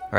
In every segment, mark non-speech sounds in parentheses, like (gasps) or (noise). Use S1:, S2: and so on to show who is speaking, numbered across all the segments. S1: All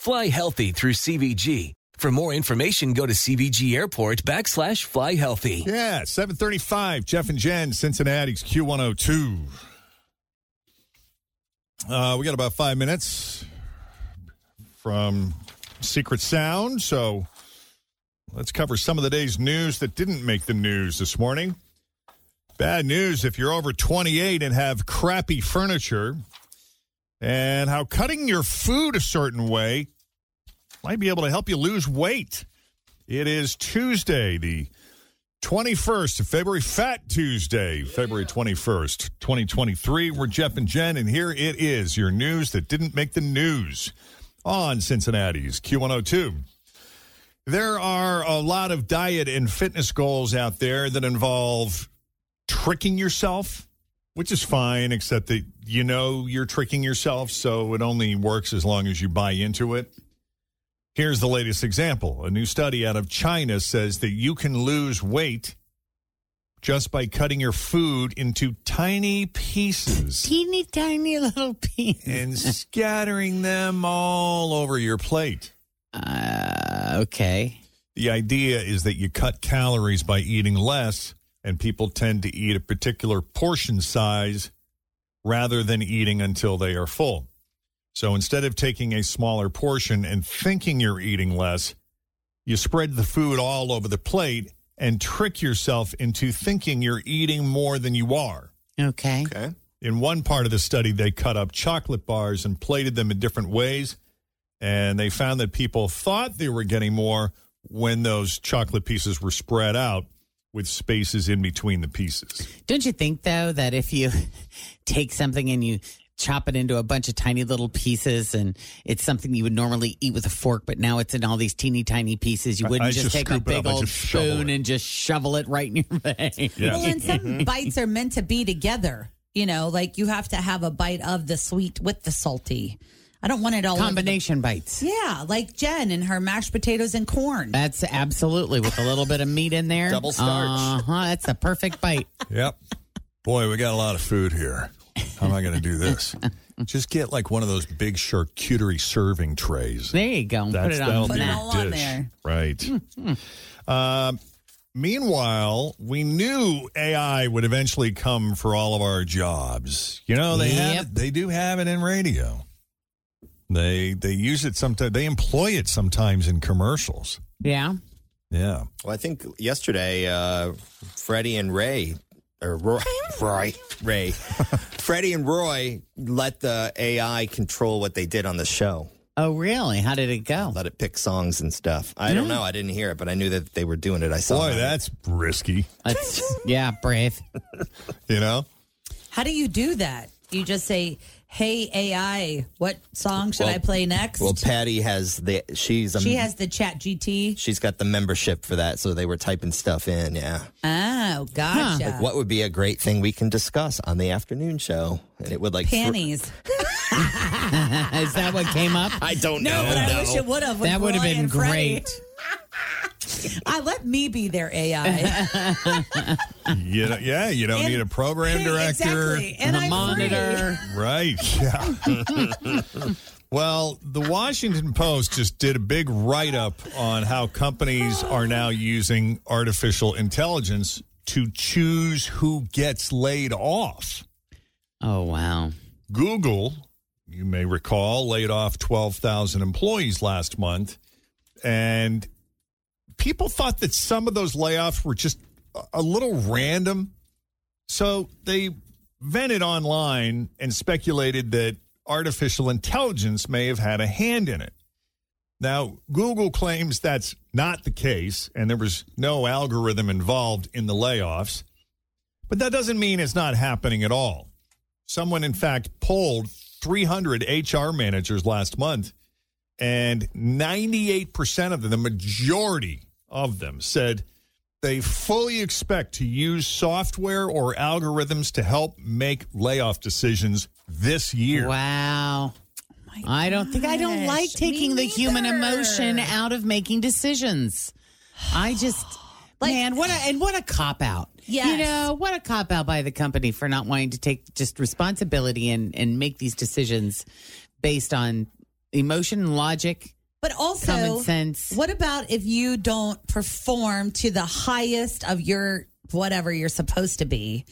S2: Fly healthy through CVG. For more information, go to CVG Airport backslash fly healthy.
S3: Yeah, 735, Jeff and Jen, Cincinnati's Q102. Uh, we got about five minutes from Secret Sound, so let's cover some of the day's news that didn't make the news this morning. Bad news if you're over 28 and have crappy furniture, and how cutting your food a certain way might be able to help you lose weight. It is Tuesday, the 21st of February, Fat Tuesday, February 21st, 2023. We're Jeff and Jen, and here it is your news that didn't make the news on Cincinnati's Q102. There are a lot of diet and fitness goals out there that involve tricking yourself, which is fine, except that you know you're tricking yourself, so it only works as long as you buy into it. Here's the latest example. A new study out of China says that you can lose weight just by cutting your food into tiny pieces
S4: teeny tiny little (laughs) piece.
S3: and scattering them all over your plate.
S4: Uh, okay.
S3: The idea is that you cut calories by eating less, and people tend to eat a particular portion size rather than eating until they are full. So instead of taking a smaller portion and thinking you're eating less, you spread the food all over the plate and trick yourself into thinking you're eating more than you are.
S4: Okay.
S3: In one part of the study, they cut up chocolate bars and plated them in different ways. And they found that people thought they were getting more when those chocolate pieces were spread out with spaces in between the pieces.
S4: Don't you think though that if you (laughs) take something and you chop it into a bunch of tiny little pieces and it's something you would normally eat with a fork, but now it's in all these teeny tiny pieces, you
S3: I-
S4: wouldn't
S3: I
S4: just,
S3: just
S4: take a
S3: scoop it up,
S4: big
S3: I
S4: old
S3: just shovel
S4: spoon
S3: it.
S4: and just shovel it right in your (laughs) face.
S3: Yeah.
S5: Well, and some bites are meant to be together. You know, like you have to have a bite of the sweet with the salty. I don't want it all over the-
S4: Combination bites.
S5: yeah, like Jen and her mashed potatoes and corn.
S4: That's absolutely with a little bit of meat in there.
S3: Double starch.
S4: Uh-huh. That's a perfect bite.
S3: Yep. Boy, we got a lot of food here. How am I going to do this? Just get like one of those big charcuterie serving trays.
S4: There you go. Put it on.
S3: that'll
S5: Put
S3: be
S5: it
S3: your
S5: all on there.
S3: Right. um, meanwhile, we knew AI would eventually come for all of our jobs. You know, they
S4: Yep.
S3: have they do have it in radio. They they use it sometimes. They employ it sometimes in commercials.
S4: Yeah.
S3: Yeah.
S6: Well, I think yesterday, uh, Freddie and Ray, or Roy, (laughs) Roy, Ray, Freddie and Roy let the AI control what they did on the show.
S4: Oh, really? How did it go?
S6: Let it pick songs and stuff. I don't know. I didn't hear it, but I knew that they were doing it. I saw
S3: Mm. Boy,
S6: it.
S3: that's risky.
S4: That's, yeah, brave.
S3: You know.
S5: How do you do that? You just say, "Hey AI, what song should
S6: Well-
S5: I play next?"
S6: Well, um, Patty has the she's a,
S5: she has the Chat GT.
S6: she's got the membership for that, so they were typing stuff in. Yeah.
S5: Oh, gotcha.
S6: What would be a great thing we can discuss on the afternoon show? And it would like thr-
S5: Panties.
S4: Is that what came
S5: (laughs)
S4: up?
S6: I don't
S5: No,
S6: know.
S5: but I wish it would have.
S4: That would have been great.
S5: I let me be their
S4: (laughs)
S5: AI
S3: You know, yeah, you don't
S5: And-
S3: need a program director.
S5: exactly. and
S4: the
S5: I'm free.
S4: monitor.
S3: Right. (laughs) Yeah. well, the Washington Post just did a big write up on how companies are now using artificial intelligence to choose who gets laid off.
S4: Oh, wow.
S3: Google, you may recall, laid off 12,000 employees last month. And people thought that some of those layoffs were just a- a little random. So they vented online and speculated that artificial intelligence may have had a hand in it. Now, Google claims that's not the case, and there was no algorithm involved in the layoffs. But that doesn't mean it's not happening at all. Someone, in fact, polled 300 HR managers last month, and 98% of them, the majority of them, said they fully expect to use software or algorithms to help make layoff decisions this year.
S4: Wow. I don't think I don't like
S5: Oh gosh,
S4: taking the
S5: me
S4: human
S5: neither.
S4: emotion out of making decisions. I just
S5: (gasps) Like-
S4: man, what a and what a cop out. You
S5: Yes.
S4: know, what a cop out by the company for not wanting to take just responsibility and and make these decisions based on emotion and logic.
S5: But also,
S4: Common sense.
S5: what about if you don't perform to the highest of your whatever you're supposed to be?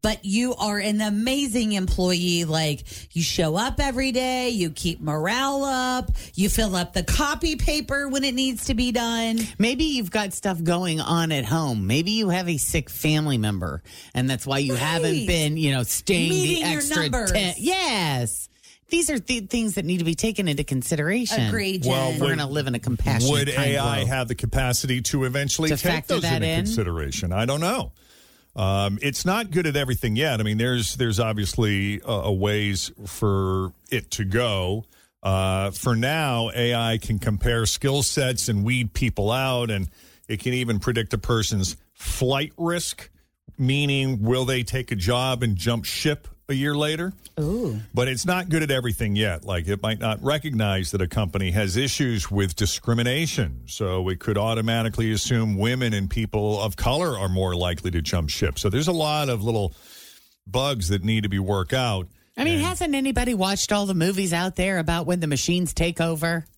S5: But you are an amazing employee. Like you show up every day, you keep morale up, you fill up the copy paper when it needs to be done.
S4: Maybe you've got stuff going on at home. Maybe you have a sick family member, and that's why you haven't
S5: Right.
S4: been, you know, staying
S5: Meeting
S4: the
S5: your
S4: extra
S5: numbers.
S4: ten. Yes, these are th- things that need to be taken into consideration.
S5: Agreed.
S3: Well,
S5: Jen.
S4: We're
S3: Would-
S4: going to live in a compassionate
S3: Would
S4: kind
S3: AI
S4: world.
S3: have the capacity to eventually
S4: To
S3: take
S4: factor
S3: those
S4: that
S3: into
S4: in?
S3: consideration? I don't know. Um, it's not good at everything yet. I mean, there's there's obviously a, a ways for it to go. Uh, for now, AI can compare skill sets and weed people out, and it can even predict a person's flight risk, meaning will they take a job and jump ship a year later? But it's not good at everything yet. Like it might not recognize that a company has issues with discrimination. So it could automatically assume women and people of color are more likely to jump ship. So there's a lot of little bugs that need to be worked out.
S4: I mean, hasn't anybody watched all the movies out there about when the machines take over? (laughs)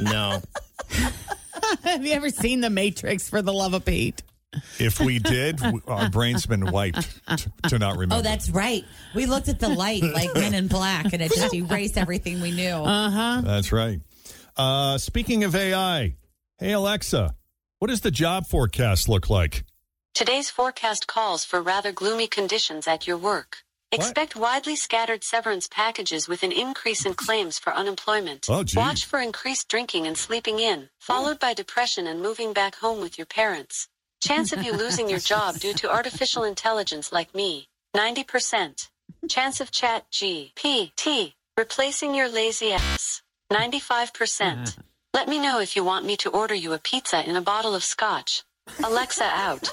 S6: No.
S4: have you ever seen The Matrix? For the love of Pete,
S3: If we did,
S5: (laughs)
S3: w- our brains been wiped t- to not remember.
S5: Oh, that's right. We looked at the light like men in black and it just erased everything we knew.
S3: That's right. Uh, speaking of AI, hey Alexa, what does the job forecast look like?
S7: Today's forecast calls for rather gloomy conditions at your work.
S3: What?
S7: Expect widely scattered severance packages with an increase in claims for unemployment.
S3: Oh, geez.
S7: Watch for increased drinking and sleeping in, followed by depression and moving back home with your parents. Chance of you losing your job due to artificial intelligence like me, 90%. Chance of chat GPT replacing your lazy ass, 95%.
S3: Mm.
S7: Let me know if you want me to order you a pizza and a bottle of scotch. Alexa out.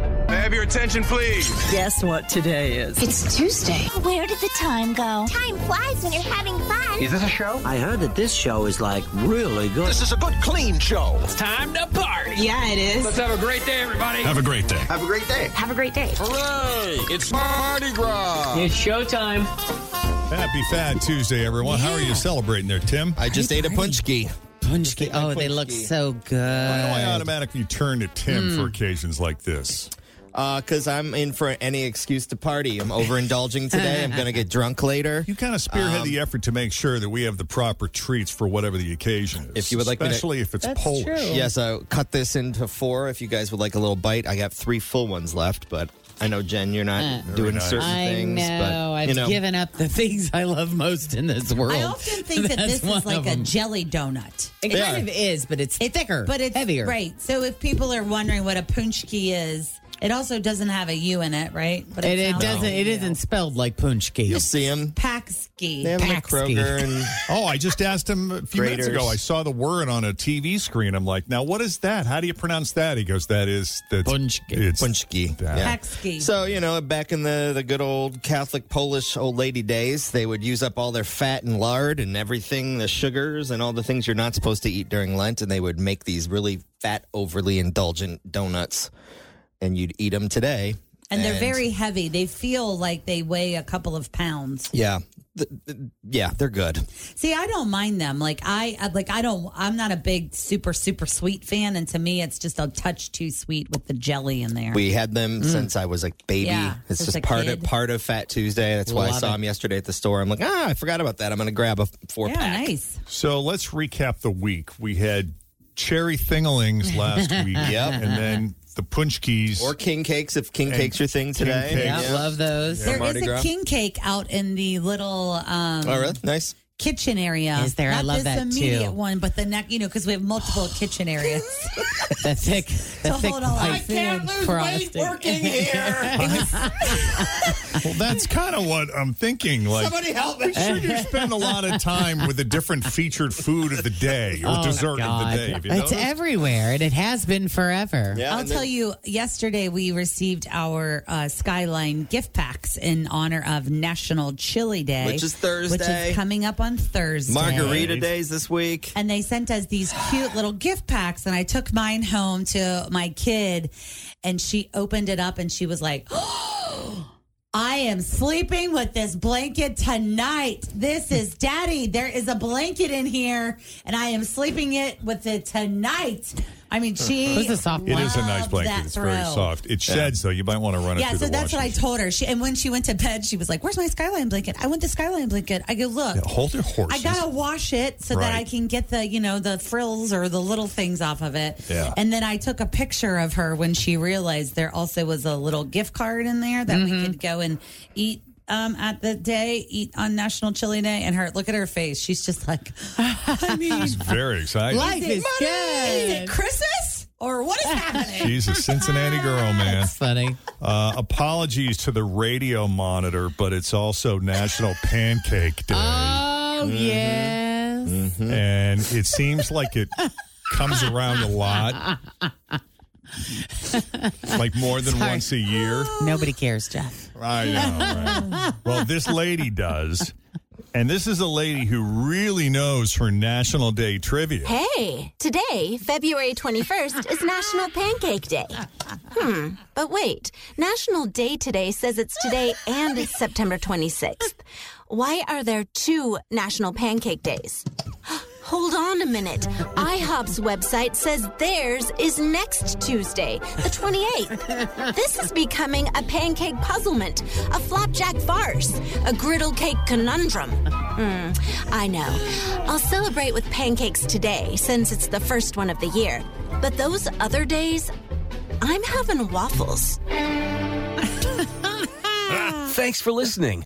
S8: May I have your attention, please?
S9: Guess what today is?
S7: It's Tuesday. Where did the time go?
S9: Time flies when you're having fun.
S1: Is this a show?
S8: I heard that this show is like really good. This is a good, clean show. It's time to party.
S9: Yeah, it is.
S8: have a great day, everybody.
S3: Have a great day.
S8: Have a great day. Have a great day. Hooray! It's Mardi Gras. It's showtime.
S3: Happy Fat Tuesday, everyone. How are you celebrating there, Tim?
S6: I
S5: (laughs)
S6: just ate a punchki.
S4: Punchki. Oh, they look so
S3: Why do I
S4: good.
S3: automatically turn to Tim
S6: Hmm.
S3: for occasions like this?
S6: Because Uh, I'm in for any excuse to party. I'm overindulging today. I'm going to get drunk later.
S3: You kind of spearhead
S6: Um,
S3: the effort to make sure that we have the proper treats for whatever the occasion is.
S6: If you would like me to-
S3: especially if it's
S4: That's
S3: Polish.
S4: true.
S6: Yes, I cut this into four. If you guys would like a little bite, I got three full ones left, but I know, Jen, you're not
S4: Uh,
S6: doing certain
S4: I
S6: things,
S4: know.
S6: but
S4: I've
S6: you know,
S4: given up the (laughs) things I love most in this world.
S5: I often think that
S4: That's
S5: this
S4: one
S5: is like
S4: of
S5: a
S4: 'em.
S5: jelly donut.
S4: It They kind are. of is, but it's thicker,
S5: but it's
S4: heavier.
S5: Right. So if people are wondering what a punchki is, it also doesn't have a U in it, right? But
S4: And it
S5: sounds
S4: doesn't.
S5: like
S4: It
S5: a U.
S4: isn't spelled like punchki.
S6: you'll see him.
S5: Paxki.
S6: They have him at Kroger and
S3: Oh, I just asked him a few minutes
S6: Graders.
S3: ago. I saw the word on a TV screen. I'm like, now what is that? How do you pronounce that? He goes, that is that's
S4: Bunchki.
S3: It's
S6: Punchki.
S3: that.
S6: Yeah.
S5: Paxki.
S6: So, you know, back in the, the good old Catholic Polish old lady days, they would use up all their fat and lard and everything, the sugars and all the things you're not supposed to eat during Lent. And they would make these really fat, overly indulgent donuts. And you'd eat them today.
S5: and they're very heavy. They feel like they weigh a couple of pounds.
S6: Yeah. Th- th- yeah, they're good.
S5: See, I don't mind them. Like I I- like I don't I'm not a big super super sweet fan and to me it's just a touch too sweet with the jelly in there.
S6: We had them since I was a baby.
S5: Mm. Yeah,
S6: it's
S5: since
S6: just
S5: a
S6: part of
S5: kid.
S6: part of Fat Tuesday. That's why I
S4: Love
S6: saw
S4: it.
S6: them yesterday at the store. I'm like, ah, I forgot about that. I'm going to grab a four
S5: yeah,
S6: pack.
S5: nice.
S3: So let's recap the week. We had cherry thingalings last
S6: (laughs)
S3: week.
S6: Yep.
S3: And then the punchkis.
S6: Or king cakes if king
S3: And
S6: cakes your thing
S3: king
S6: today.
S3: cakes.
S4: Yeah,
S3: Yeah.
S4: love those.
S6: Yeah.
S5: There is
S6: Mardi
S5: a
S6: Gras.
S5: king cake out in the little um
S6: Oh, really? Nice.
S5: kitchen area.
S4: Is there? I
S5: Not
S4: love
S5: this
S4: that,
S5: immediate
S4: too.
S5: one, but the neck, you know, because we have multiple kitchen areas.
S4: The thick, the
S5: So
S4: thick
S5: hold on.
S4: white
S5: I
S4: food frosting.
S6: (laughs) here.
S3: Well, that's kind of what I'm thinking. Like,
S6: help
S3: I'm sure you spend a lot of time with the different featured food of the day or
S4: Oh,
S3: dessert
S4: God.
S3: of the day. Have you
S4: It's
S3: noticed?
S4: everywhere, and (laughs) it has been forever.
S6: Yeah,
S5: I'll
S6: and
S5: tell
S6: then-
S5: you, yesterday we received our uh, Skyline gift packs in honor of National Chili Day,
S6: Which is
S5: which
S6: Thursday.
S5: is coming up on Thursday.
S6: Margarita days this week.
S5: and they sent us these cute little gift packs and i took mine home to my kid and she opened it up and she was like (gasps) i am sleeping with this blanket tonight this is daddy there is a blanket in here and i am sleeping it with it tonight i mean she
S4: It was a soft
S3: It
S4: one.
S3: is a nice
S5: loved
S3: blanket.
S5: that
S3: It's very
S5: throw.
S3: soft. It sheds, though. You might want to run it
S5: yeah,
S3: through
S5: so
S3: the
S5: that's what I
S3: washing
S5: told her. She and when she went to bed, she was like, "Where's my skyline blanket? I want the skyline blanket." I go, "Look,
S3: machine. Hold your horses.
S5: I gotta wash it so that I
S3: Right.
S5: can get the you know the frills or the little things off of it.
S3: Yeah.
S5: And then I took a picture of her when she realized there also was a little gift card in there that
S3: Mm-hmm.
S5: we could go and eat. Um, at the day, eat on National Chili Day, and her look at her face. She's just like, I mean,
S3: She's very excited.
S4: Life is
S5: is
S4: good.
S5: it Christmas or what
S3: (laughs)
S5: is happening?
S3: She's a Cincinnati
S5: (laughs)
S3: girl, man.
S4: That's funny.
S3: Uh, apologies to the radio monitor, but it's also
S5: (laughs)
S3: National Pancake Day.
S5: Uh-huh.
S4: Oh
S5: Mm-hmm.
S4: yes.
S3: and it seems like it comes around a
S5: (laughs)
S3: lot. like more than
S4: Sorry.
S3: once a year.
S4: Nobody cares, Jeff.
S3: I know. Right? Well, this lady does. And this is a lady who really knows her National Day trivia.
S10: Hey, today, February 21st, is National Pancake Day. Hmm, but wait. National Day today says it's today and it's September 26th. Why are there two National Pancake Days? (gasps) Hold on a minute. IHOP's website says theirs is next Tuesday, the 28th. This is becoming a pancake puzzlement, a flapjack farce, a griddle cake conundrum. Hmm, I know. I'll celebrate with pancakes today since it's the first one of the year. But those other days, I'm having waffles.
S2: Thanks for listening